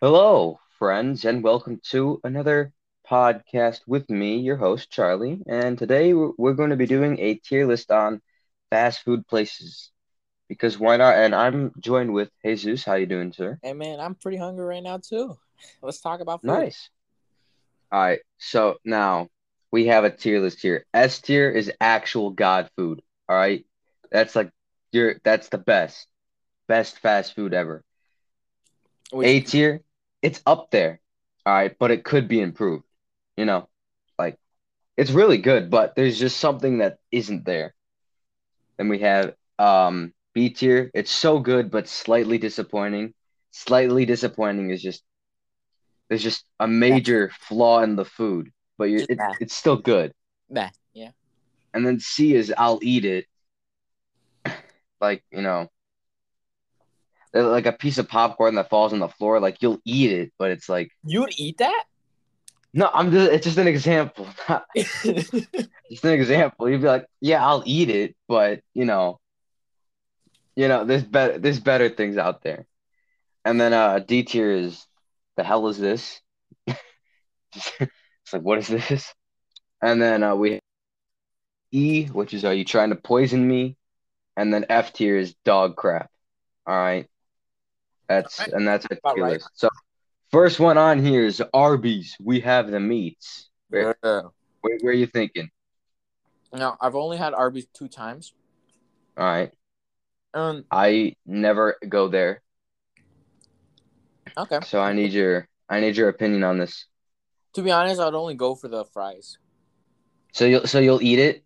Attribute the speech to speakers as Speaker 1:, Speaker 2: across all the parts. Speaker 1: Hello, friends, and welcome to another podcast with me, your host, Charlie. And today we're, we're going to be doing a tier list on fast food places because why not? And I'm joined with Jesus. How you doing, sir?
Speaker 2: Hey man, I'm pretty hungry right now too. Let's talk about food.
Speaker 1: Nice. All right. So now we have a tier list here. S tier is actual god food. All right. That's like your that's the best. Best fast food ever.
Speaker 2: Which-
Speaker 1: A tier, it's up there. All right, but it could be improved. You know, like it's really good, but there's just something that isn't there. Then we have um B tier. It's so good, but slightly disappointing. Slightly disappointing is just there's just a major flaw in the food, but you're, it,
Speaker 2: Yeah.
Speaker 1: it's still good.
Speaker 2: Nah, yeah.
Speaker 1: And then C is I'll eat it, like you know, like a piece of popcorn that falls on the floor. Like you'll eat it, but it's like
Speaker 2: You'd eat that?
Speaker 1: no, I'm just it's just an example. just an example. You'd be like, yeah, I'll eat it, but you know, you know, there's better there's better things out there. And then uh D tier is the hell is this? it's like what is this? And then uh, we have E, which is are you trying to poison me? And then F tier is dog crap. All right, that's
Speaker 2: Alright.
Speaker 1: and that's a
Speaker 2: About
Speaker 1: tier
Speaker 2: right.
Speaker 1: list. So first one on here is Arby's. We have the meats. Where,
Speaker 2: no,
Speaker 1: where, where are you thinking?
Speaker 2: I've only had Arby's two times.
Speaker 1: All right,
Speaker 2: Um
Speaker 1: I never go there.
Speaker 2: okay.
Speaker 1: So I need your I need your opinion on this.
Speaker 2: To be honest, I'd only go for the fries.
Speaker 1: So you'll so you'll eat it.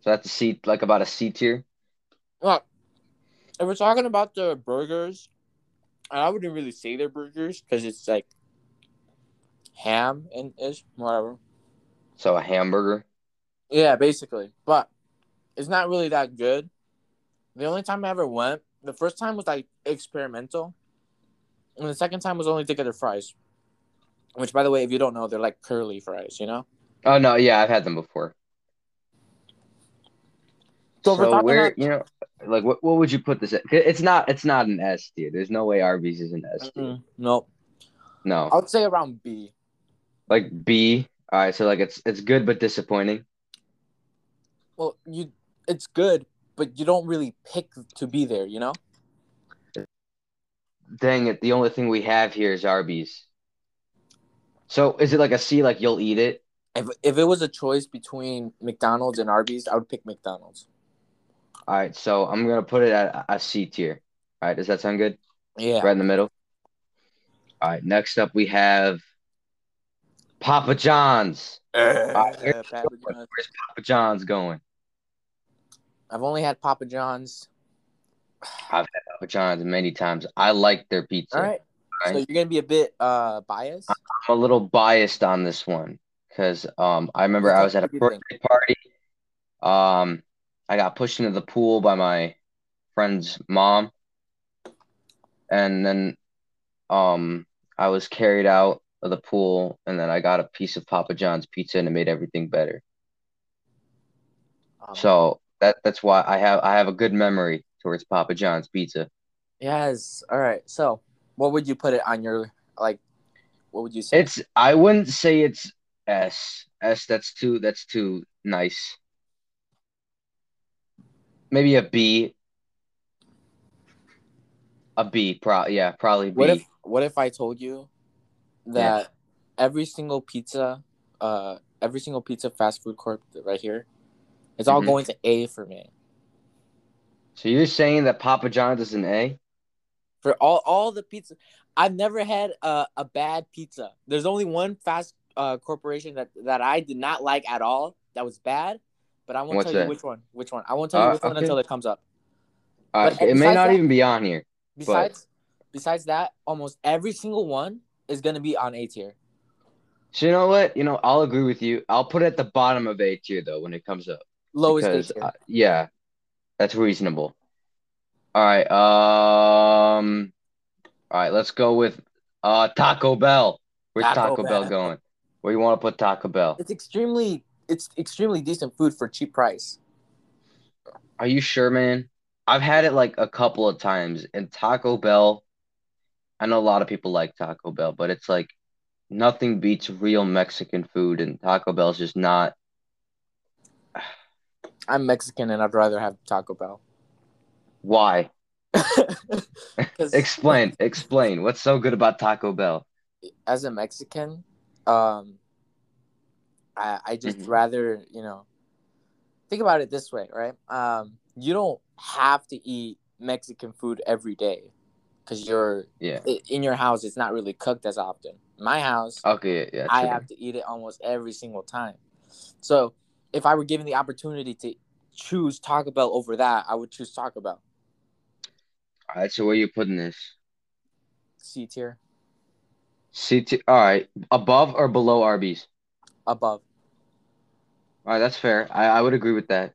Speaker 1: So that's a C like about a C tier.
Speaker 2: Look, if we're talking about the burgers, and I wouldn't really say they're burgers because it's like ham and ish, whatever.
Speaker 1: So a hamburger.
Speaker 2: Yeah, basically. But it's not really that good. The only time I ever went, the first time was like experimental, and the second time was only to get their fries. Which, by the way, if you don't know, they're like curly fries, you know.
Speaker 1: Oh no, yeah, I've had them before. So,
Speaker 2: So if we're talking
Speaker 1: where
Speaker 2: about-
Speaker 1: you know like what what would you put this at? It's not it's not an S tier. There's no way Arby's is an S tier.
Speaker 2: Mm, no,
Speaker 1: No.
Speaker 2: I would say around B.
Speaker 1: Like B. All right, so like it's it's good but disappointing.
Speaker 2: Well, you, it's good, but you don't really pick to be there, you know.
Speaker 1: Dang it, the only thing we have here is Arby's. So is it like a C like you'll eat it?
Speaker 2: If if it was a choice between McDonald's and Arby's, I would pick McDonald's.
Speaker 1: All right, so I'm gonna put it at a C tier. All right, does that sound good?
Speaker 2: Yeah,
Speaker 1: Right in the middle. All right, next up we have Papa John's.
Speaker 2: Uh, Papa John's.
Speaker 1: Papa John's going.
Speaker 2: I've only had Papa John's.
Speaker 1: Papa John's many times. I like their pizza.
Speaker 2: All right, so
Speaker 1: Right.
Speaker 2: you're gonna be a bit uh biased.
Speaker 1: I'm a little biased on this one because um, I remember I was at a
Speaker 2: What do you
Speaker 1: birthday
Speaker 2: think?
Speaker 1: party. Um, I got pushed into the pool by my friend's mom, and then um, I was carried out of the pool, and then I got a piece of Papa John's pizza, and it made everything better.
Speaker 2: Um,
Speaker 1: So that that's why I have I have a good memory towards Papa John's pizza.
Speaker 2: Yes. All right. So, what would you put it on your like? What would you say?
Speaker 1: It's I wouldn't say it's S. S that's too that's too nice. Maybe a B. A B, pro yeah, probably B.
Speaker 2: what if What if I told you that every single pizza, uh, every single pizza fast food corp right here, it's all
Speaker 1: Mhm.
Speaker 2: going to A for me
Speaker 1: so you're saying that Papa John's is an A?
Speaker 2: for all all the pizza. I've never had a, a bad pizza. There's only one fast uh corporation that that I did not like at all. That was bad, but I won't
Speaker 1: What's
Speaker 2: tell
Speaker 1: that?
Speaker 2: you which one. Which one? I won't tell you
Speaker 1: Uh,
Speaker 2: which one
Speaker 1: okay.
Speaker 2: until it comes up.
Speaker 1: Uh,
Speaker 2: But
Speaker 1: it may
Speaker 2: besides
Speaker 1: not
Speaker 2: that-
Speaker 1: even be on here.
Speaker 2: Besides, besides that, almost every single one is gonna be on A tier.
Speaker 1: So you know what? You know, I'll agree with you. I'll put it at the bottom of A tier though when it comes up.
Speaker 2: Lowest A
Speaker 1: because,
Speaker 2: tier.
Speaker 1: uh, yeah, that's reasonable. All right. Um all right, let's go with uh Taco Bell. Where's Taco,
Speaker 2: Taco
Speaker 1: Bell.
Speaker 2: Bell.
Speaker 1: going? Where you want to put Taco Bell?
Speaker 2: it's extremely, it's extremely decent food for cheap price.
Speaker 1: Are you sure, man? I've had it like a couple of times, and Taco Bell I know a lot of people like Taco Bell, but it's like nothing beats real Mexican food, and Taco Bell's just not.
Speaker 2: I'm Mexican and I'd rather have Taco Bell.
Speaker 1: Why?
Speaker 2: 'Cause
Speaker 1: Explain. explain. What's so good about Taco Bell?
Speaker 2: as a Mexican, um, I I just
Speaker 1: Mhm.
Speaker 2: rather you know think about it this way, right? Um, you don't have to eat Mexican food every day because you're
Speaker 1: Yeah.
Speaker 2: i- in your house. It's not really cooked as often. My house,
Speaker 1: Okay. Yeah.
Speaker 2: I
Speaker 1: Oh, true.
Speaker 2: have to eat it almost every single time. So if I were given the opportunity to choose Taco Bell over that, I would choose Taco Bell.
Speaker 1: All right. So where you putting this?
Speaker 2: C tier
Speaker 1: CT. All right. Above or below Arby's?
Speaker 2: above.
Speaker 1: All right. That's fair. I, I would agree with that.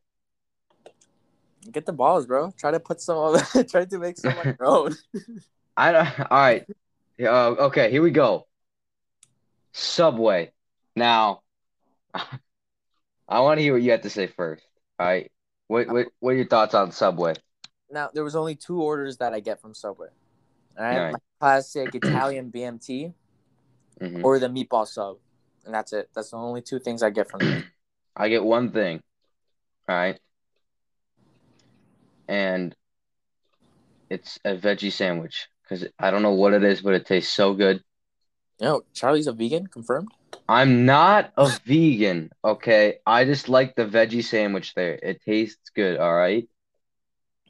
Speaker 2: Get the balls, bro. Try to put some. of- try to make some on your own.
Speaker 1: I don't. All right. Yeah, Uh, okay. Here we go. Subway. Now, I want to hear what you have to say first. All right. What what what are your thoughts on Subway?
Speaker 2: now there was only two orders that I get from Subway. All right,
Speaker 1: Alright.
Speaker 2: my classic Italian BMT
Speaker 1: Mhm.
Speaker 2: or the meatball sub, and that's it. That's the only two things I get from them.
Speaker 1: I get one thing. All right. And it's a veggie sandwich because I don't know what it is, but it tastes so good.
Speaker 2: You know, Charlie's a vegan, confirmed.
Speaker 1: I'm not a vegan, okay? I just like the veggie sandwich there. It tastes good, all right?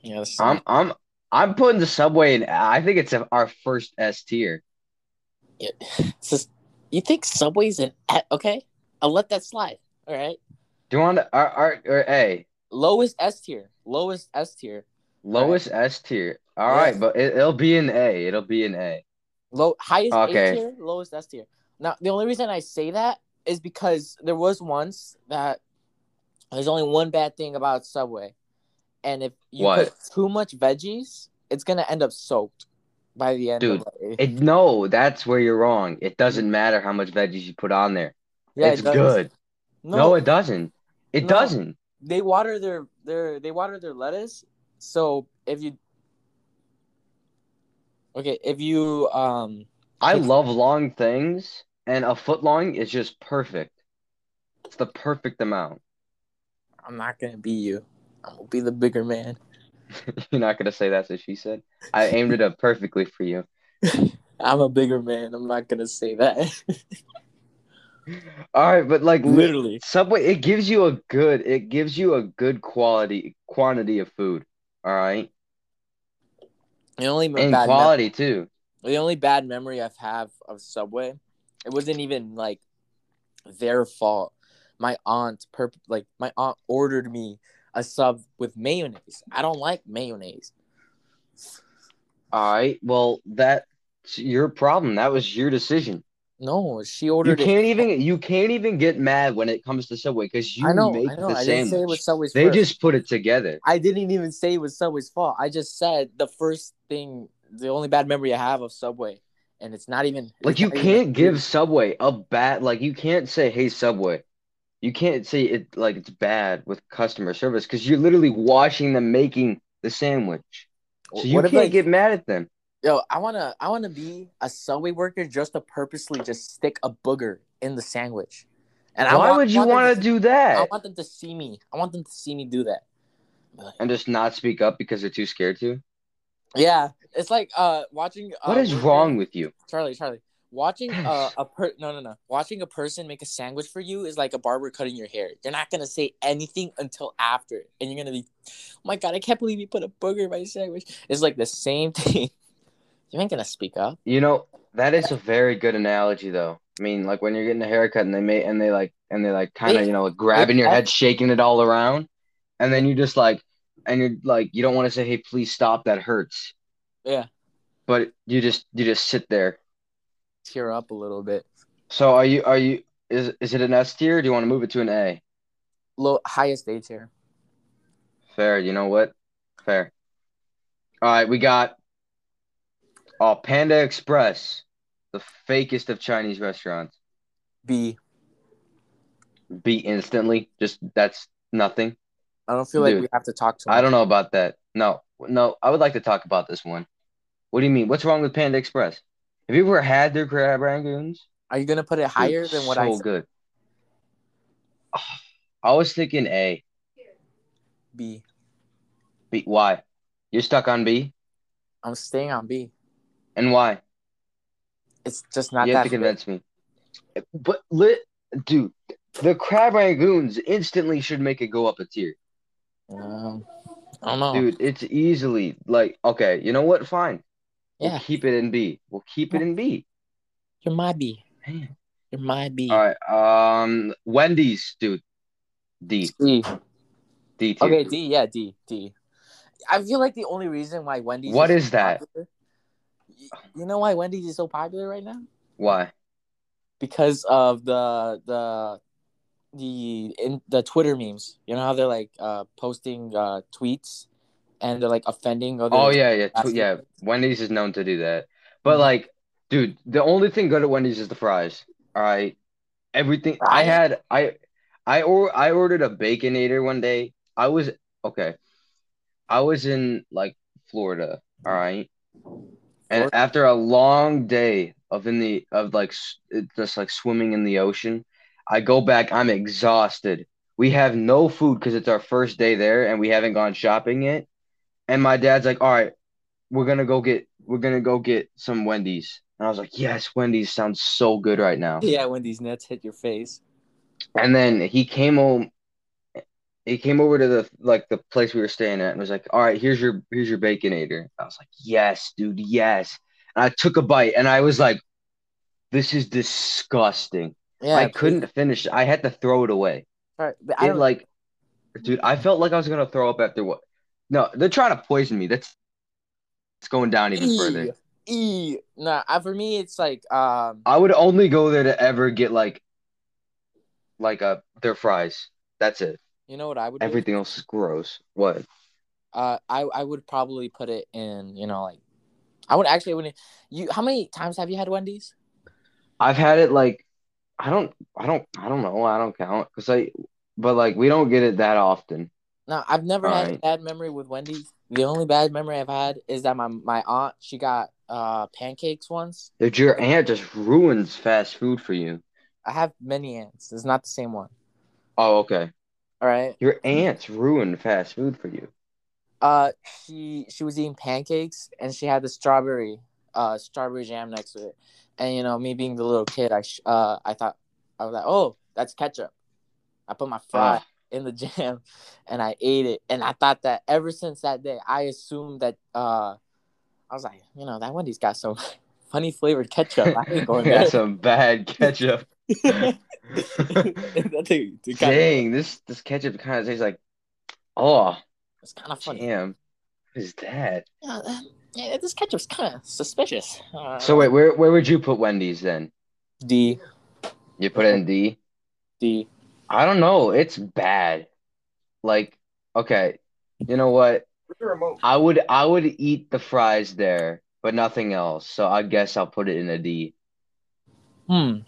Speaker 2: Yeah, this is
Speaker 1: I'm I'm I'm putting the Subway in. I think it's our first S tier.
Speaker 3: Yeah. It's just- you think Subway's an okay? I'll let that slide. All right.
Speaker 1: Do you want to, or, or, or A?
Speaker 2: lowest S tier, lowest S tier,
Speaker 1: Lowest S tier. All right,
Speaker 2: Yes.
Speaker 1: but it, it'll be an A. It'll be an A.
Speaker 2: low highest
Speaker 1: Okay.
Speaker 2: A tier, lowest S tier. Now the only reason I say that is because there was once that there's only one bad thing about Subway, and if you
Speaker 1: What?
Speaker 2: put too much veggies, it's gonna end up soaked by the end.
Speaker 1: Dude,
Speaker 2: of it,
Speaker 1: It, no, that's where you're wrong. It doesn't matter how much veggies you put on there.
Speaker 2: yeah,
Speaker 1: it's
Speaker 2: it does.
Speaker 1: good. No,
Speaker 2: No,
Speaker 1: it doesn't. It
Speaker 2: No.
Speaker 1: doesn't.
Speaker 2: they water their their they water their lettuce. So if you okay, if you um
Speaker 1: I
Speaker 2: It's-
Speaker 1: love long things, and a foot long is just perfect. It's the perfect amount.
Speaker 2: I'm not gonna be you. I'm gonna be the bigger man.
Speaker 1: You're not gonna say that's what she said. I aimed it up perfectly for you.
Speaker 2: I'm a bigger man. I'm not gonna say that.
Speaker 1: All right, but like li-
Speaker 2: Literally.
Speaker 1: Subway, it gives you a good, it gives you a good quality quantity of food. All right,
Speaker 2: The only
Speaker 1: and
Speaker 2: bad mem-
Speaker 1: quality too.
Speaker 2: the only bad memory I've have of Subway, it wasn't even like their fault. My aunt perp- like my aunt ordered me a sub with mayonnaise. I don't like mayonnaise.
Speaker 1: All right, well that's your problem. That was your decision.
Speaker 2: No, she
Speaker 1: You
Speaker 2: ordered it.
Speaker 1: can't even you can't even get mad when it comes to Subway because you
Speaker 2: I know,
Speaker 1: make
Speaker 2: I know.
Speaker 1: the
Speaker 2: I didn't
Speaker 1: sandwich.
Speaker 2: say it was Subway's
Speaker 1: They
Speaker 2: first.
Speaker 1: just put it together.
Speaker 2: I didn't even say it was Subway's fault. I just said the first thing, the only bad memory I have of Subway, and it's not even
Speaker 1: Like
Speaker 2: it's
Speaker 1: you
Speaker 2: not even-
Speaker 1: can't give Subway a bad like you can't say hey Subway. You can't say it like it's bad with customer service because you're literally watching them making the sandwich. So you
Speaker 2: what if
Speaker 1: can't
Speaker 2: I
Speaker 1: get mad at them.
Speaker 2: yo? I wanna I wanna be a Subway worker just to purposely just stick a booger in the sandwich, and I
Speaker 1: Why
Speaker 2: want-
Speaker 1: would you
Speaker 2: want them
Speaker 1: want to do
Speaker 2: I
Speaker 1: that?
Speaker 2: want them to see me. I want them to see me do that.
Speaker 1: And just not speak up because they're too scared to?
Speaker 2: Yeah, it's like uh watching. Uh,
Speaker 1: What is
Speaker 2: workers-
Speaker 1: wrong with you?
Speaker 2: Charlie? Charlie, watching uh, a per no no no watching a person make a sandwich for you is like a barber cutting your hair. You're not gonna say anything until after, and you're gonna be, oh my god, I can't believe you put a booger in my sandwich. It's like the same thing. you ain't gonna speak up.
Speaker 1: You know, that is a very good analogy though. I mean, like when you're getting a haircut and they may and they like and they like kind of,
Speaker 2: They-
Speaker 1: you know, like grabbing your
Speaker 2: they-
Speaker 1: head, shaking it all around, and then you just like and you're like you don't want to say, "Hey, please stop, that hurts."
Speaker 2: Yeah,
Speaker 1: But you just you just sit there.
Speaker 2: tear up a little bit.
Speaker 1: So are you are you is is it an S tier? Or do you want to move it to an A?
Speaker 2: Low highest A tier.
Speaker 1: Fair, you know what? Fair. All right, we got oh Panda Express, the fakest of Chinese restaurants.
Speaker 2: B.
Speaker 1: Beat instantly. Just that's nothing.
Speaker 2: I don't feel like
Speaker 1: Dude,
Speaker 2: we have to talk to.
Speaker 1: I don't know about that. No, no, I would like to talk about this one. What do you mean? What's wrong with Panda Express? Have you ever had their crab rangoons?
Speaker 2: Are you gonna put it higher
Speaker 1: It's
Speaker 2: than what
Speaker 1: so
Speaker 2: I said?
Speaker 1: good. Ah, I was thinking A.
Speaker 2: B?
Speaker 1: B. Why? You're stuck on B,
Speaker 2: I'm staying on B.
Speaker 1: and why?
Speaker 2: It's just not
Speaker 1: you have
Speaker 2: that.
Speaker 1: to
Speaker 2: good.
Speaker 1: convince me. But lit, dude, the crab rangoons instantly should make it go up a tier,
Speaker 2: Um, I don't know.
Speaker 1: dude. It's easily like okay, you know what? Fine, we'll
Speaker 3: Yeah.
Speaker 1: keep it in B. We'll keep it in B.
Speaker 3: You're my B.
Speaker 1: Man.
Speaker 3: You're my B.
Speaker 1: All right, um, Wendy's, dude. D,
Speaker 2: D.
Speaker 1: D tier.
Speaker 2: Okay, D. Yeah, D. D. I feel like the only reason why Wendy's.
Speaker 1: What is
Speaker 2: so
Speaker 1: that?
Speaker 2: popular- Y- you know why Wendy's is so popular right now?
Speaker 1: Why?
Speaker 2: Because of the the the in the Twitter memes. You know how they're like uh, posting uh, tweets and they're like offending other.
Speaker 1: Oh yeah, yeah, tw-
Speaker 2: That's
Speaker 1: yeah.
Speaker 2: it.
Speaker 1: Wendy's is known to do that. But
Speaker 2: Mhm.
Speaker 1: like, dude, the only thing good at Wendy's is the fries. All right, everything I
Speaker 2: Fries?
Speaker 1: had, I, I or I ordered a baconator one day. I was okay. I was in like Florida. All right, and
Speaker 2: Florida?
Speaker 1: after a long day of in the of like s- it- just like swimming in the ocean, I go back. I'm exhausted. We have no food because it's our first day there, and we haven't gone shopping yet. And my dad's like, "All right, we're gonna go get we're gonna go get some Wendy's. And I was like, yes, Wendy's sounds so good right now.
Speaker 2: Yeah, Wendy's nuts hit your face.
Speaker 1: And then he came home he came over to the like the place we were staying at and was like, All right, here's your here's your baconator. I was like, Yes, dude, yes. And I took a bite and I was like, This is disgusting.
Speaker 2: Yeah,
Speaker 1: I couldn't finish it. I had to throw it away.
Speaker 2: Sorry, but I
Speaker 1: It
Speaker 2: don't
Speaker 1: like dude, I felt like I was gonna throw up after what no, they're trying to poison me. That's it's going down even further. Uh,
Speaker 2: E. Nah, I- for me it's like um
Speaker 1: I would only go there to ever get like, like uh their fries. That's it.
Speaker 2: you know what I would do?
Speaker 1: Everything else is gross. What?
Speaker 2: Uh I I would probably put it in, you know, like I would actually wouldn't you how many times have you had Wendy's?
Speaker 1: I've had it like, I don't, I don't, I don't know. I don't count because I, but like we don't get it that often.
Speaker 2: No, I've never had a
Speaker 1: Alright.
Speaker 2: bad memory with Wendy's. The only bad memory I've had is that my my aunt she got uh pancakes once.
Speaker 1: Dude, your aunt just ruins fast food for you.
Speaker 2: I have many aunts. It's not the same one.
Speaker 1: Oh, okay.
Speaker 2: All right.
Speaker 1: Your aunt's ruined fast food for you.
Speaker 2: Uh, she she was eating pancakes and she had the strawberry, uh, strawberry jam next to it, and you know me being the little kid, I sh- uh I thought I was like, oh, that's ketchup. I put my fry
Speaker 1: Ah.
Speaker 2: in the jam, and I ate it, and I thought that ever since that day, I assumed that uh, I was like, you know, that Wendy's got some funny flavored ketchup. I ain't going there.
Speaker 1: That's some bad ketchup.
Speaker 2: that thing, it got-
Speaker 1: Dang, this this ketchup kind of tastes like, oh
Speaker 2: it's kind of funny.
Speaker 1: damn, what is that?
Speaker 3: Yeah, uh, yeah, this ketchup's kind of suspicious. Uh,
Speaker 1: So wait, where where would you put Wendy's then?
Speaker 2: D
Speaker 1: You put it in D?
Speaker 2: D.
Speaker 1: I don't know. It's bad. Like, okay, you know what? I would I would eat the fries there, but nothing else. So I guess I'll put it in a D.
Speaker 2: Hmm.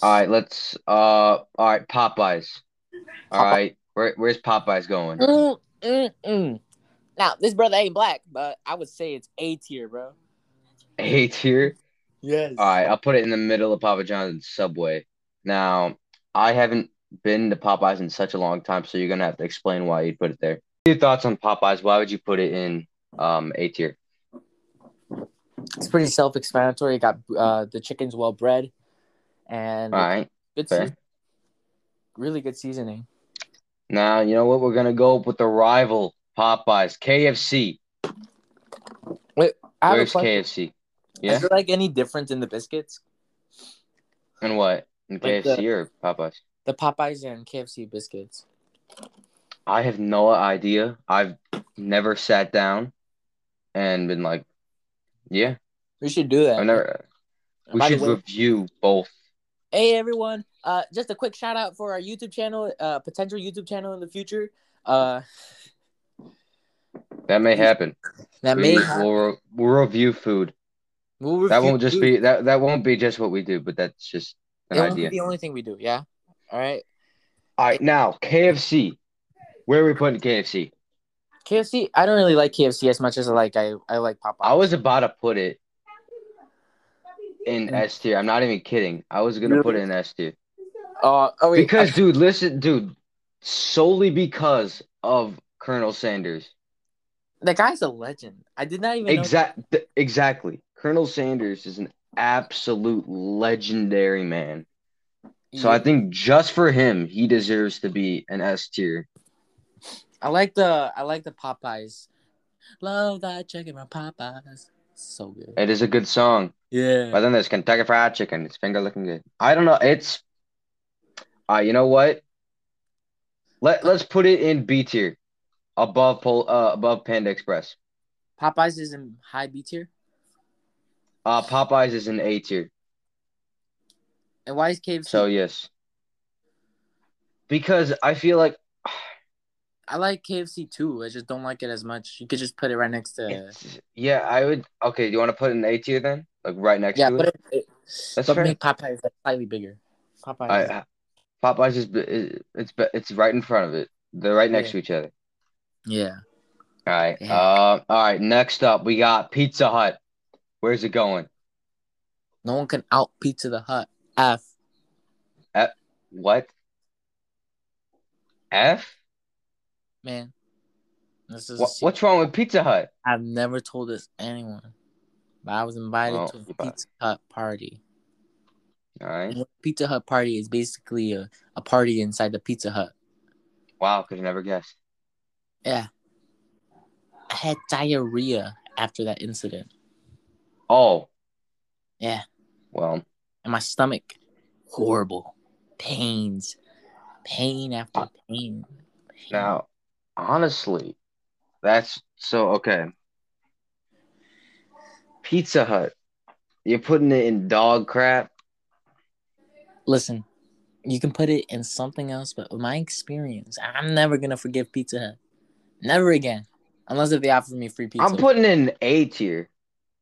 Speaker 1: All right, let's uh all right, Popeyes. All
Speaker 2: Popeye-
Speaker 1: right. Where, where's Popeyes going?
Speaker 3: mm,
Speaker 2: Mm, mm.
Speaker 3: now this brother ain't black, but I would say it's A tier, bro.
Speaker 1: A tier.
Speaker 2: Yes.
Speaker 1: All right, I'll put it in the middle of Papa John's and Subway. Now, I haven't been to Popeyes in such a long time, so you're gonna have to explain why you put it there. Your thoughts on Popeyes? Why would you put it in um A tier?
Speaker 2: it's pretty self-explanatory. It got uh, the chicken's well bred, and
Speaker 1: All right,
Speaker 2: good
Speaker 1: fair.
Speaker 2: season- really good seasoning.
Speaker 1: Now you know what we're gonna go with the rival Popeyes, KFC.
Speaker 2: I have
Speaker 1: Where's
Speaker 2: a question.
Speaker 1: KFC? Yeah,
Speaker 2: Is there like any difference in the biscuits,
Speaker 1: and what in
Speaker 2: Like
Speaker 1: KFC or Popeyes?
Speaker 2: the Popeyes and KFC biscuits?
Speaker 1: I have no idea. I've never sat down and been like, yeah,
Speaker 2: We should do that.
Speaker 1: I've never. We
Speaker 2: By the
Speaker 1: should
Speaker 2: way-
Speaker 1: review both.
Speaker 2: Hey everyone! Uh, just a quick shout out for our YouTube channel, uh, potential YouTube channel in the future. Uh,
Speaker 1: That may happen.
Speaker 2: that
Speaker 1: We,
Speaker 2: may
Speaker 1: will re- we'll review food.
Speaker 2: we'll
Speaker 1: That
Speaker 2: review-
Speaker 1: won't just be that. That won't be just what we do, but that's just
Speaker 2: It
Speaker 1: an
Speaker 2: won't
Speaker 1: idea.
Speaker 2: be the only thing we do. Yeah. All right.
Speaker 1: All right, now KFC. Where are we putting KFC?
Speaker 2: KFC. I don't really like KFC as much as I like I, I like Popeye.
Speaker 1: I was about to put it in
Speaker 2: Mm.
Speaker 1: S tier. I'm not even kidding. I was gonna
Speaker 2: Really?
Speaker 1: put it in S tier
Speaker 2: Uh, oh wait,
Speaker 1: because, dude, listen, dude, solely because of Colonel Sanders.
Speaker 2: the guy's a legend. I did not even know-
Speaker 1: Exact, th- exactly. Colonel Sanders is an absolute legendary man. So I think just for him, he deserves to be an S tier.
Speaker 2: I like the I like the Popeyes. Love that chicken from Popeyes. So good.
Speaker 1: It is a good song.
Speaker 2: Yeah.
Speaker 1: But then there's Kentucky Fried Chicken. It's finger looking good. I don't know. It's, uh, you know what? Let Let's put it in B tier, above Pol- uh, above Panda Express.
Speaker 2: Popeyes is in high B tier.
Speaker 1: Uh, Popeyes is in A tier.
Speaker 2: And why is KFC?
Speaker 1: So yes, because I feel like
Speaker 2: I like KFC too. I just don't like it as much. You could just put it right next to.
Speaker 1: It's, yeah, I would. Okay, do you want to put an A tier then, like right next
Speaker 2: Yeah,
Speaker 1: to
Speaker 2: but
Speaker 1: it?
Speaker 2: it, it,
Speaker 1: That's
Speaker 2: but
Speaker 1: fair.
Speaker 2: make Popeyes like, slightly bigger. Popeyes.
Speaker 1: I, I- Popeyes is it- it's be- it's right in front of it. They're right next
Speaker 2: Yeah.
Speaker 1: to each other.
Speaker 2: yeah.
Speaker 1: All right.
Speaker 2: Yeah.
Speaker 1: Uh, all right. Next up, we got Pizza Hut. Where's it going?
Speaker 2: No one can out Pizza the Hut. F.
Speaker 1: What? F?
Speaker 2: man. This is a
Speaker 1: What,
Speaker 2: secret.
Speaker 1: what's wrong with Pizza Hut?
Speaker 2: I've never told this to anyone, but I was invited
Speaker 1: Well,
Speaker 2: to
Speaker 1: you
Speaker 2: a
Speaker 1: better.
Speaker 2: Pizza Hut party.
Speaker 1: All right.
Speaker 2: And what a Pizza Hut party is basically a, a party inside the Pizza Hut.
Speaker 1: Wow, could have never guessed.
Speaker 2: I had diarrhea after that incident,
Speaker 1: Oh.
Speaker 3: Yeah.
Speaker 1: Well,
Speaker 2: and my stomach horrible pains, pain after pain. pain.
Speaker 1: now, honestly, that's so okay. Pizza Hut. You're putting it in dog crap.
Speaker 2: listen, you can put it in something else, but with my experience, I'm never gonna forgive Pizza Hut, never again, unless if they offer me free pizza.
Speaker 1: I'm putting in A tier.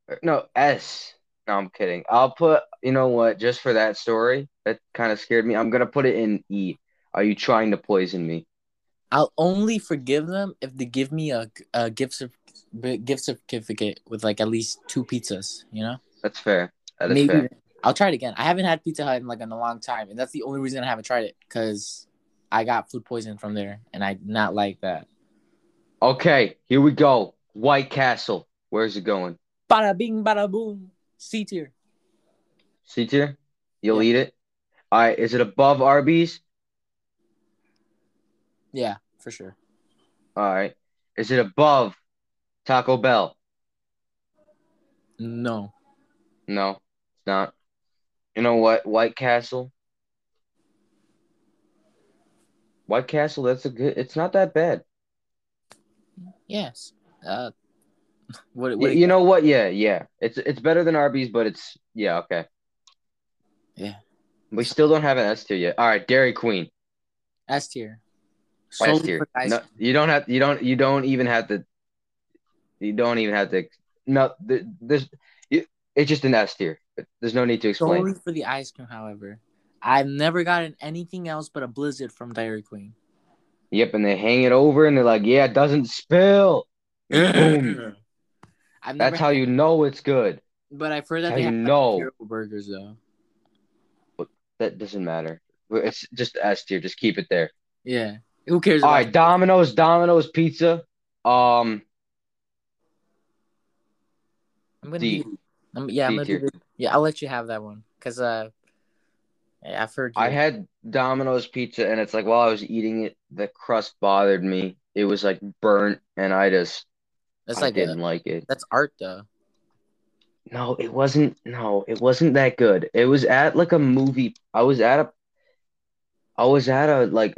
Speaker 1: Or- No, S. No, I'm kidding. I'll put, you know what, just for that story, that kind of scared me. I'm going to put it in E. Are you trying to poison me?
Speaker 2: I'll only forgive them if they give me a, a gift cer- b- gift certificate with like at least two pizzas. You know,
Speaker 1: That's fair. That is
Speaker 2: maybe
Speaker 1: fair.
Speaker 2: I'll try it again. I haven't had Pizza Hut in like in a long time, and that's the only reason I haven't tried it because I got food poisoning from there, and I did not like that.
Speaker 1: Okay, here we go. White Castle. Where's it going?
Speaker 2: Bada bing, bada boom. C tier.
Speaker 1: C tier? You'll
Speaker 2: Yeah.
Speaker 1: eat it? All right, is it above Arby's?
Speaker 2: Yeah, for sure.
Speaker 1: All right. Is it above Taco Bell?
Speaker 2: No,
Speaker 1: No, it's not. You know what? White Castle. White Castle, that's a good it's not that bad.
Speaker 2: yes. Uh, what?
Speaker 1: Y-
Speaker 2: what
Speaker 1: you know what? Yeah, yeah. It's it's better than Arby's, but it's yeah, okay.
Speaker 2: Yeah.
Speaker 1: We still don't have an S tier yet. All right, Dairy Queen.
Speaker 2: S tier.
Speaker 1: S
Speaker 2: Solely
Speaker 1: tier.
Speaker 2: for ice
Speaker 1: No,
Speaker 2: cream.
Speaker 1: you don't have you don't you don't even have to you don't even have to no th- there's you, it's just an S tier. There's no need to explain.
Speaker 2: Solely for the ice cream, however. I've never gotten anything else but a blizzard from Dairy Queen.
Speaker 1: Yep, and they hang it over and they're like, "Yeah, it doesn't spill." Boom.
Speaker 2: I've never
Speaker 1: That's how you know it's good.
Speaker 2: but I've heard that
Speaker 1: how
Speaker 2: they
Speaker 1: you
Speaker 2: have like,
Speaker 1: know.
Speaker 2: terrible burgers though.
Speaker 1: That doesn't matter. It's just S tier. Just keep it there.
Speaker 2: Yeah. Who cares?
Speaker 1: All
Speaker 2: about-
Speaker 1: right, Domino's, Domino's Pizza. Um,
Speaker 2: I'm gonna
Speaker 1: D.
Speaker 2: do, I'm, yeah, I'm
Speaker 1: D
Speaker 2: gonna do
Speaker 1: tier.
Speaker 2: the- yeah, I'll let you have that one. Cause uh yeah, I've heard
Speaker 1: I
Speaker 2: you-
Speaker 1: had Domino's Pizza, and it's like while I was eating it, the crust bothered me. It was like burnt, and I just
Speaker 2: that's
Speaker 1: I
Speaker 2: like
Speaker 1: didn't
Speaker 2: a,
Speaker 1: like it.
Speaker 2: that's art though.
Speaker 1: No, it wasn't. No, it wasn't that good. It was at like a movie. I was at a. I was at a like,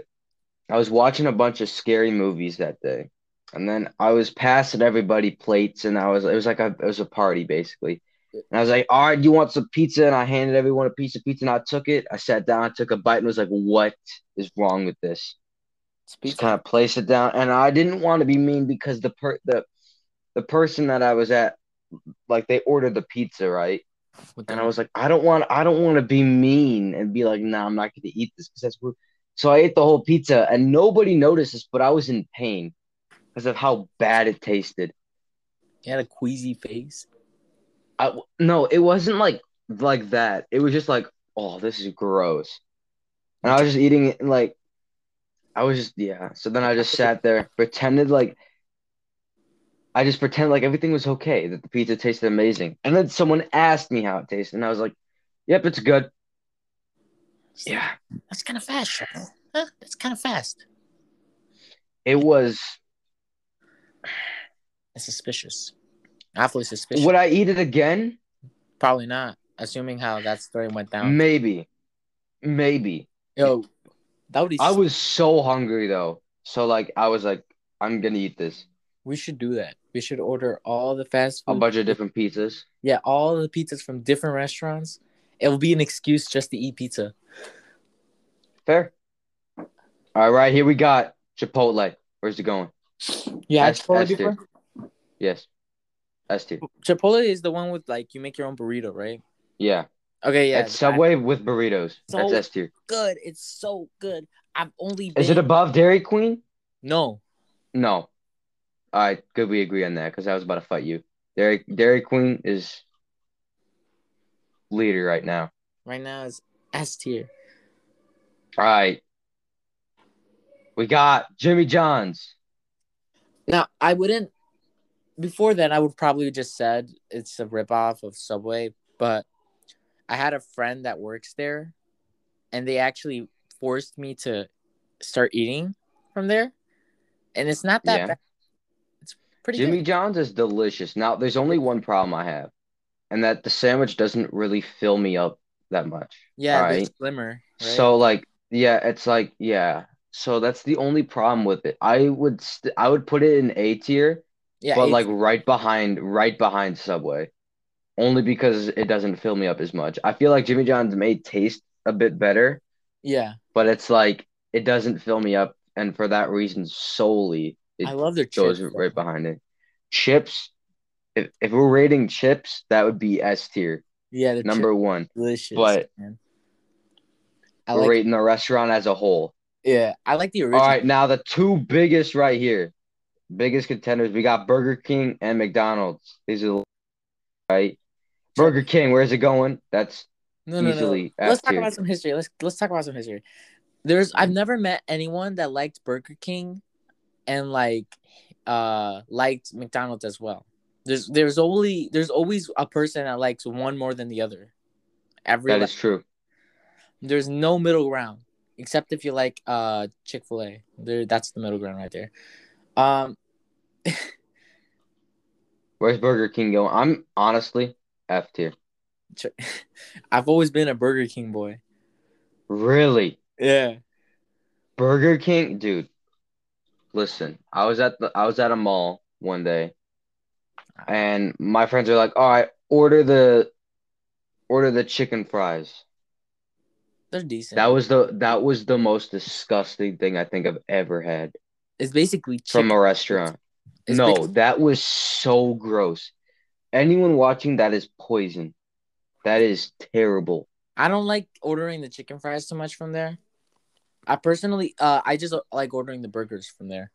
Speaker 1: I was watching a bunch of scary movies that day, and then I was passing everybody plates, and I was it was like a it was a party basically, and I was like, all right, you want some pizza? And I handed everyone a piece of pizza, and I took it. I sat down, I took a bite, and was like, what is wrong with this?
Speaker 2: It's
Speaker 1: just
Speaker 2: pizza.
Speaker 1: kind of place it down. And I didn't want to be mean because the per the the person that I was at, like they ordered the pizza, right?
Speaker 2: with
Speaker 1: And
Speaker 2: the-
Speaker 1: I was like, I don't want I don't want to be mean and be like, nah, I'm not gonna eat this because that's rude. So I ate the whole pizza and nobody noticed this, but I was in pain. because of how bad it tasted.
Speaker 3: He had a queasy face.
Speaker 1: I, no, it wasn't like like that. It was just like, oh, this is gross. And I was just eating it like I was just yeah. So then I just sat there, pretended like I just pretended like everything was okay, that the pizza tasted amazing. And then someone asked me how it tasted, and I was like, Yep, it's good. Yeah.
Speaker 3: That's kind of fast, Cheryl. Huh? That's kind of fast.
Speaker 1: It was
Speaker 3: That's suspicious. Awfully suspicious.
Speaker 1: would I eat it again?
Speaker 2: Probably not. Assuming how that story went down.
Speaker 1: Maybe. Maybe.
Speaker 3: Yo, that would be.
Speaker 1: I was so hungry though. So like I was like, I'm gonna eat this.
Speaker 2: We should do that. We should order all the fast
Speaker 1: A
Speaker 2: food.
Speaker 1: bunch of different pizzas.
Speaker 2: yeah, all the pizzas from different restaurants. It will be an excuse just to eat pizza.
Speaker 1: Fair. All right, here we got Chipotle. Where's it going?
Speaker 2: Yeah,
Speaker 1: That's-
Speaker 2: Chipotle
Speaker 1: that's it.
Speaker 2: before?
Speaker 1: Yes. That's two.
Speaker 2: Chipotle is the one with like you make your own burrito, right?
Speaker 1: Yeah.
Speaker 2: Okay, yeah.
Speaker 1: It's Subway with burritos.
Speaker 3: So-
Speaker 1: That's S tier.
Speaker 3: good. It's so good. I've only been.
Speaker 1: Is it above Dairy Queen?
Speaker 2: No,
Speaker 1: No. All right, good. We agree on that because I was about to fight you. Dairy Dairy Queen is leader right now.
Speaker 2: right now it's S tier.
Speaker 1: All right. We got Jimmy John's.
Speaker 2: Now I wouldn't. Before then, I would probably just said it's a ripoff of Subway, but I had a friend that works there, and they actually forced me to start eating from there, and it's not that
Speaker 1: Yeah.
Speaker 2: bad. It's pretty
Speaker 1: Jimmy
Speaker 2: good.
Speaker 1: John's is delicious. Now, there's only one problem I have, and that the sandwich doesn't really fill me up that much.
Speaker 2: Yeah,
Speaker 1: All
Speaker 2: they're
Speaker 1: right.
Speaker 2: slimmer. right?
Speaker 1: So like yeah, it's like yeah. So that's the only problem with it. I would st- I would put it in A tier,
Speaker 2: yeah,
Speaker 1: but
Speaker 2: it's-
Speaker 1: like right behind right behind Subway, only because it doesn't fill me up as much. I feel like Jimmy John's may taste a bit better,
Speaker 2: yeah,
Speaker 1: but it's like it doesn't fill me up, and for that reason solely, it
Speaker 2: I love their
Speaker 1: goes
Speaker 2: chips.
Speaker 1: right behind it. Chips. If if we're rating chips, that would be S tier,
Speaker 2: yeah, the
Speaker 1: number one.
Speaker 2: delicious.
Speaker 1: but-
Speaker 2: man. I
Speaker 1: We're
Speaker 2: like
Speaker 1: rating the restaurant as a whole.
Speaker 2: yeah, I like the
Speaker 1: All
Speaker 2: original.
Speaker 1: right, now the two biggest right here, biggest contenders. We got Burger King and McDonald's. These are the- right. Burger King, where's it going? That's
Speaker 2: no, no, no.
Speaker 1: easily
Speaker 2: Let's
Speaker 1: F
Speaker 2: talk
Speaker 1: tier.
Speaker 2: about some history. Let's let's talk about some history. There's I've never met anyone that liked Burger King and like uh liked McDonald's as well. There's there's only there's always a person that likes one more than the other. Every
Speaker 1: that
Speaker 2: li-
Speaker 1: is true.
Speaker 2: there's no middle ground except if you like uh chick-fil-a there that's the middle ground right there um
Speaker 1: Where's Burger King going? I'm honestly F tier.
Speaker 2: ch- i've always been a burger king boy
Speaker 1: Really,
Speaker 2: yeah
Speaker 1: Burger King, dude. Listen, I was at the I was at a mall one day, and my friends are like, "All right, order the order the chicken fries."
Speaker 2: they're decent
Speaker 1: That was the that was the most disgusting thing I think I've ever had
Speaker 2: it's basically chicken.
Speaker 1: from a restaurant.
Speaker 2: It's
Speaker 1: no,
Speaker 2: basi-
Speaker 1: that was so gross. Anyone watching that is poison. That is terrible.
Speaker 2: i don't like ordering the chicken fries too much from there i personally uh i just uh, like ordering the burgers from there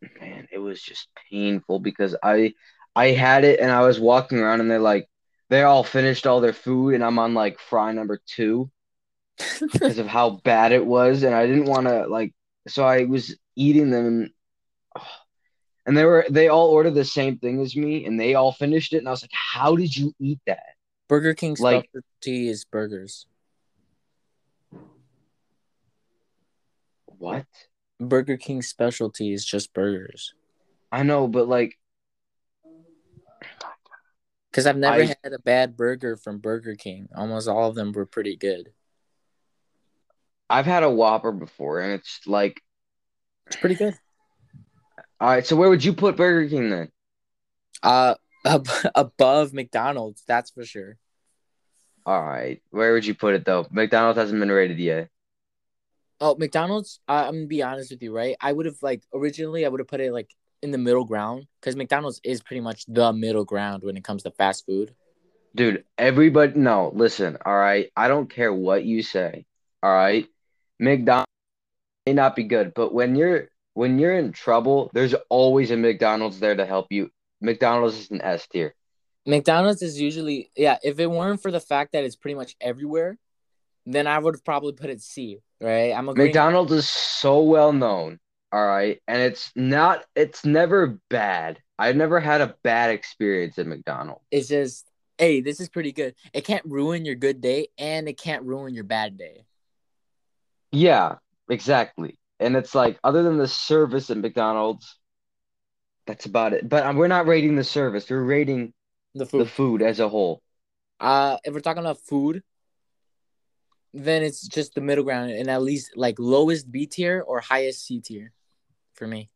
Speaker 1: Man, it was just painful because I I had it and I was walking around and they're like they're all finished all their food and I'm on like fry number 2 because of how bad it was and I didn't want to like so I was eating them and and they were they all ordered the same thing as me and they all finished it and I was like how did you eat that?
Speaker 2: burger king's
Speaker 1: Like-
Speaker 2: specialty is burgers
Speaker 1: What?
Speaker 2: burger king's specialty is just burgers
Speaker 1: I know but like
Speaker 2: because i've never
Speaker 1: I-
Speaker 2: had a bad burger from burger king almost all of them were pretty good
Speaker 1: I've had a Whopper before, and it's like,
Speaker 2: it's pretty good
Speaker 1: all right. So where would you put Burger King then?
Speaker 2: Uh, ab- above McDonald's, that's for sure.
Speaker 1: All right, where would you put it though? McDonald's hasn't been rated yet.
Speaker 2: Oh, McDonald's. Uh, I'm gonna be honest with you, right? I would have like originally I would have put it like in the middle ground because McDonald's is pretty much the middle ground when it comes to fast food.
Speaker 1: Dude, everybody, no, listen, all right. I don't care what you say, all right. McDonald's may not be good, but when you're when you're in trouble, there's always a McDonald's there to help you. McDonald's is an S tier.
Speaker 2: McDonald's is usually yeah. If it weren't for the fact that it's pretty much everywhere, then I would probably put it C. Right? I'm a
Speaker 1: McDonald's is so well known. All right, and it's not. It's never bad. I've never had a bad experience at McDonald's.
Speaker 2: It's just hey, this is pretty good. It can't ruin your good day, and it can't ruin your bad day.
Speaker 1: Yeah, exactly. And it's like other than the service at McDonald's, that's about it. But um, we're not rating the service. We're rating
Speaker 2: The
Speaker 1: the
Speaker 2: food.
Speaker 1: food as a whole.
Speaker 2: Uh, if we're talking about food, then it's just the middle ground, and at least like lowest B tier or highest C tier, for me.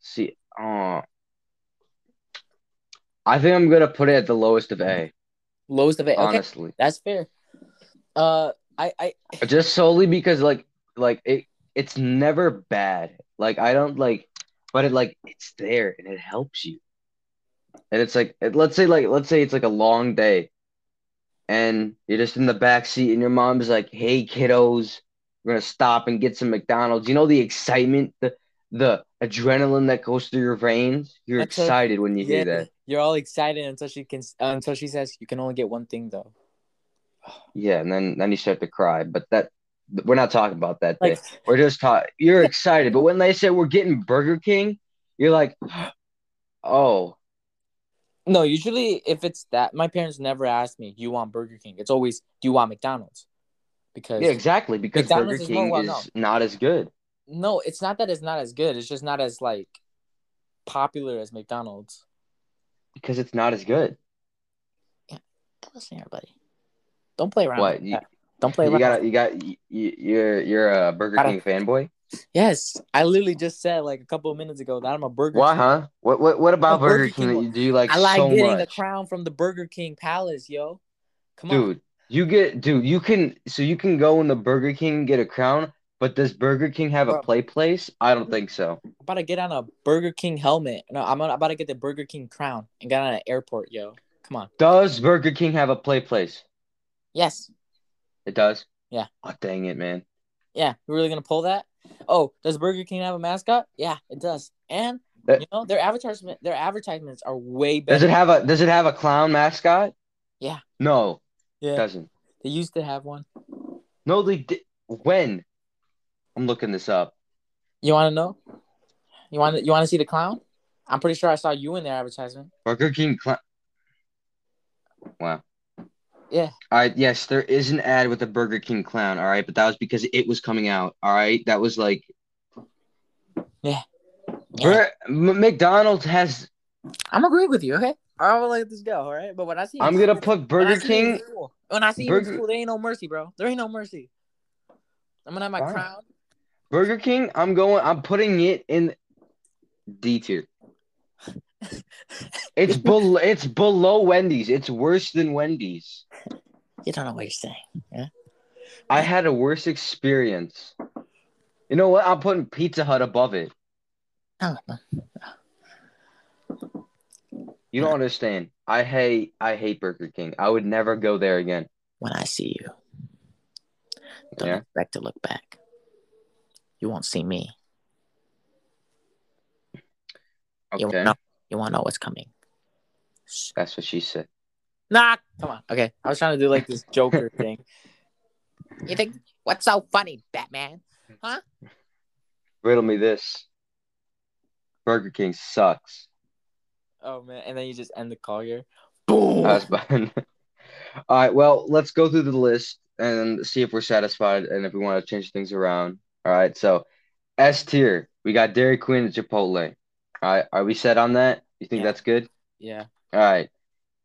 Speaker 1: See, uh, I think I'm gonna put it at the lowest of A.
Speaker 2: Lowest of it. Okay,
Speaker 1: Honestly.
Speaker 2: that's fair. Uh, I I
Speaker 1: just solely because like like it it's never bad like i don't like but it like it's there and it helps you and it's like it- let's say like let's say it's like a long day and you're just in the back seat and your mom's like hey kiddos we're gonna stop and get some mcdonald's you know the excitement the the adrenaline that goes through your veins you're
Speaker 2: That's a-
Speaker 1: excited when you hear that
Speaker 2: You're all excited until she can until she says you can only get one thing though.
Speaker 1: yeah and then then you start to cry but that we're not talking about that day.
Speaker 2: Like
Speaker 1: We're just taught you're excited, but when they say we're getting Burger King, you're like, oh,
Speaker 2: no, usually if it's that my parents never ask me, "Do you want Burger King?" It's always, "Do you want McDonald's?" Because
Speaker 1: yeah, exactly, because
Speaker 2: McDonald's
Speaker 1: Burger
Speaker 2: is more
Speaker 1: King
Speaker 2: well
Speaker 1: is
Speaker 2: known.
Speaker 1: not as good.
Speaker 2: no, it's not that it's not as good. It's just not as like popular as McDonald's.
Speaker 1: Because it's not as good.
Speaker 3: Listen here, buddy. Don't play around.
Speaker 1: What
Speaker 3: like
Speaker 1: you,
Speaker 3: that. Don't play
Speaker 1: you
Speaker 3: around.
Speaker 1: got? You got? You, you're you're a Burger
Speaker 2: Gotta-
Speaker 1: King fanboy?
Speaker 2: Yes, I literally just said like a couple of minutes ago that I'm a burger.
Speaker 1: Why, huh? What what what about
Speaker 2: Oh, Burger
Speaker 1: Burger, King,
Speaker 2: King
Speaker 1: that you do you like,
Speaker 2: I like
Speaker 1: so
Speaker 2: getting the
Speaker 1: much,
Speaker 2: crown from the Burger King Palace, yo. Come on.
Speaker 1: dude? You get, dude. You can so you can go into Burger King and get a crown, but does Burger King have
Speaker 2: Bro.
Speaker 1: a play place? I don't think so.
Speaker 2: I'm about to get on a Burger King helmet. No, I'm gonna- about to get the Burger King crown and get on an airport, yo. Come on.
Speaker 1: Does Burger King have a play place?
Speaker 3: Yes.
Speaker 1: It does.
Speaker 2: Yeah.
Speaker 1: Oh dang it, man.
Speaker 2: Yeah, you really gonna pull that? Oh, does Burger King have a mascot? Yeah, it does. And
Speaker 1: That-
Speaker 2: you know their advertisement, their advertisements are way
Speaker 1: Does
Speaker 2: better.
Speaker 1: it have a Does it have a clown mascot?
Speaker 3: Yeah.
Speaker 1: No, it
Speaker 2: yeah,
Speaker 1: doesn't.
Speaker 2: they used to have one.
Speaker 1: No, they di- when. I'm looking this up.
Speaker 2: You want to know? You want you want to see the clown? I'm pretty sure I saw you in their advertisement.
Speaker 1: Burger King clown. Wow.
Speaker 2: Yeah.
Speaker 1: All right. Yes, there is an ad with a Burger King clown. All right, but that was because it was coming out. All right, that was like.
Speaker 2: Yeah.
Speaker 1: Bur- M- McDonald's has.
Speaker 2: I'm agreeing with you. Okay, I will let this go. All right, but when I see,
Speaker 1: I'm gonna put
Speaker 2: when I
Speaker 1: Burger
Speaker 2: see you in
Speaker 1: King.
Speaker 2: school- when I see you in
Speaker 1: Burger-
Speaker 2: school, there ain't no mercy, bro. There ain't no mercy. I'm gonna have my
Speaker 1: Fine.
Speaker 2: crown.
Speaker 1: Burger King. I'm going. I'm putting it in D tier. It's below. It's below Wendy's. It's worse than Wendy's.
Speaker 3: You don't know what you're saying.
Speaker 1: I had a worse experience. You know what? I'm putting Pizza Hut above it.
Speaker 3: No, no.
Speaker 1: You don't understand. I hate I hate Burger King. I would never go there again.
Speaker 3: When I see you, don't
Speaker 1: Yeah.
Speaker 3: expect to look back. You won't see me. You
Speaker 1: Okay.
Speaker 3: won't know. You won't know what's coming.
Speaker 1: That's what she said.
Speaker 2: Nah, come on. Okay, I was trying to do like this Joker thing.
Speaker 3: You think what's so funny, Batman?
Speaker 1: Riddle me this. Burger King sucks.
Speaker 2: Oh man, and then you just end the call here. Boom.
Speaker 1: I was behind- All right, well, let's go through the list and see if we're satisfied and if we want to change things around. All right, so S tier, we got Dairy Queen and Chipotle. All right, are we set on that? You think
Speaker 2: Yeah.
Speaker 1: that's good?
Speaker 2: yeah.
Speaker 1: All right.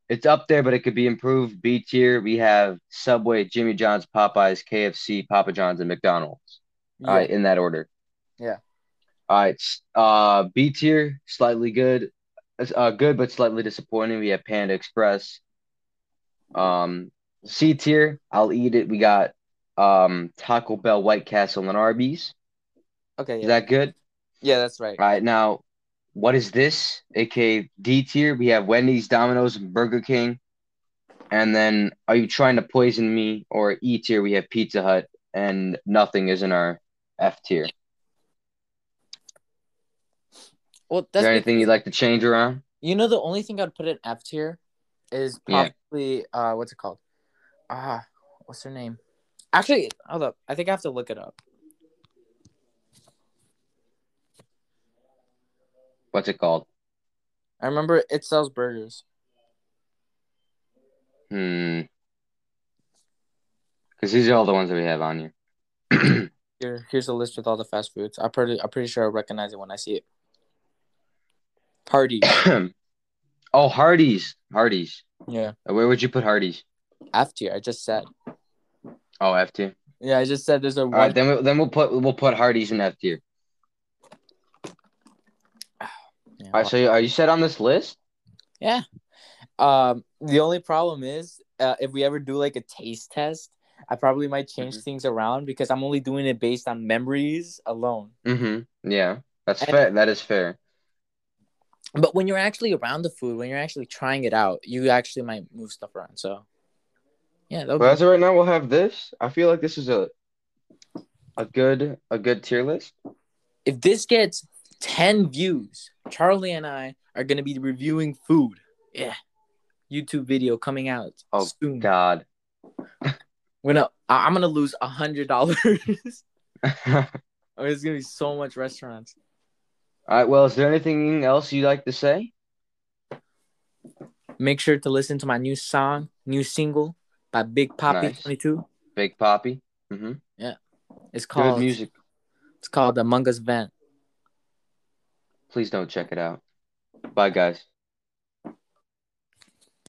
Speaker 1: It's up there, but it could be improved. B tier, we have Subway, Jimmy John's, Popeyes, KFC, Papa John's, and McDonald's. All right, in that order.
Speaker 2: Yeah.
Speaker 1: All right. s- Uh, B tier, slightly good, uh, good but slightly disappointing. We have Panda Express. Um, C tier, I'll eat it. We got um Taco Bell, White Castle, and Arby's.
Speaker 2: Okay.
Speaker 1: Is
Speaker 2: Yeah.
Speaker 1: that good?
Speaker 2: yeah, that's right.
Speaker 1: All right, now, what is this? AKA D tier. We have Wendy's, Domino's, and Burger King. And then, are you trying to poison me? Or E tier, we have Pizza Hut, and nothing is in our F tier. Is
Speaker 3: Well, that's
Speaker 1: there
Speaker 3: be-
Speaker 1: anything you'd like to change around?
Speaker 2: You know, the only thing I'd put in F tier is
Speaker 1: Yeah.
Speaker 2: probably uh, what's it called? Ah, what's her name? Actually, hold up. I think I have to look it up.
Speaker 1: What's it called?
Speaker 2: I remember it sells burgers.
Speaker 1: Hmm. Because these are all the ones that we have on here.
Speaker 2: Here, here's a list with all the fast foods. I'm pretty, I'm pretty sure I recognize it when I see it. Party.
Speaker 1: oh, Hardee's. Hardee's. Uh,
Speaker 2: yeah.
Speaker 1: Where would you put Hardee's?
Speaker 2: F tier. I just said.
Speaker 1: Oh, F tier.
Speaker 2: Yeah, I just said there's a
Speaker 1: All right, then we, then we'll put we'll put Hardee's in F tier.
Speaker 2: Yeah,
Speaker 1: All right, so you- are you set on this list?
Speaker 2: Yeah. Um, the only problem is uh, if we ever do like a taste test, I probably might change
Speaker 1: Mhm.
Speaker 2: things around because I'm only doing it based on memories alone.
Speaker 1: Mm-hmm. Yeah, that's
Speaker 2: And-
Speaker 1: fair. That is fair.
Speaker 2: But when you're actually around the food, when you're actually trying it out, you actually might move stuff around. So, yeah, that would
Speaker 1: But as of right now, we'll have this. I feel like this is a a good a good tier list.
Speaker 2: be- if this gets 10 views, Charlie and I are going to be reviewing food. Yeah. YouTube video coming out
Speaker 1: Oh,
Speaker 2: soon.
Speaker 1: God.
Speaker 2: We're gonna, I- I'm going to lose $100.
Speaker 1: All
Speaker 2: Oh, there's gonna be so much restaurants.
Speaker 1: right. Well, is there anything else you'd like to say?
Speaker 2: Make sure to listen to my new song, new single by Big Poppy
Speaker 1: Nice.
Speaker 2: 22.
Speaker 1: Big Poppy.
Speaker 2: It's called
Speaker 1: Good music.
Speaker 2: It's called Among Us Vent.
Speaker 1: Please don't check it out. Bye, guys.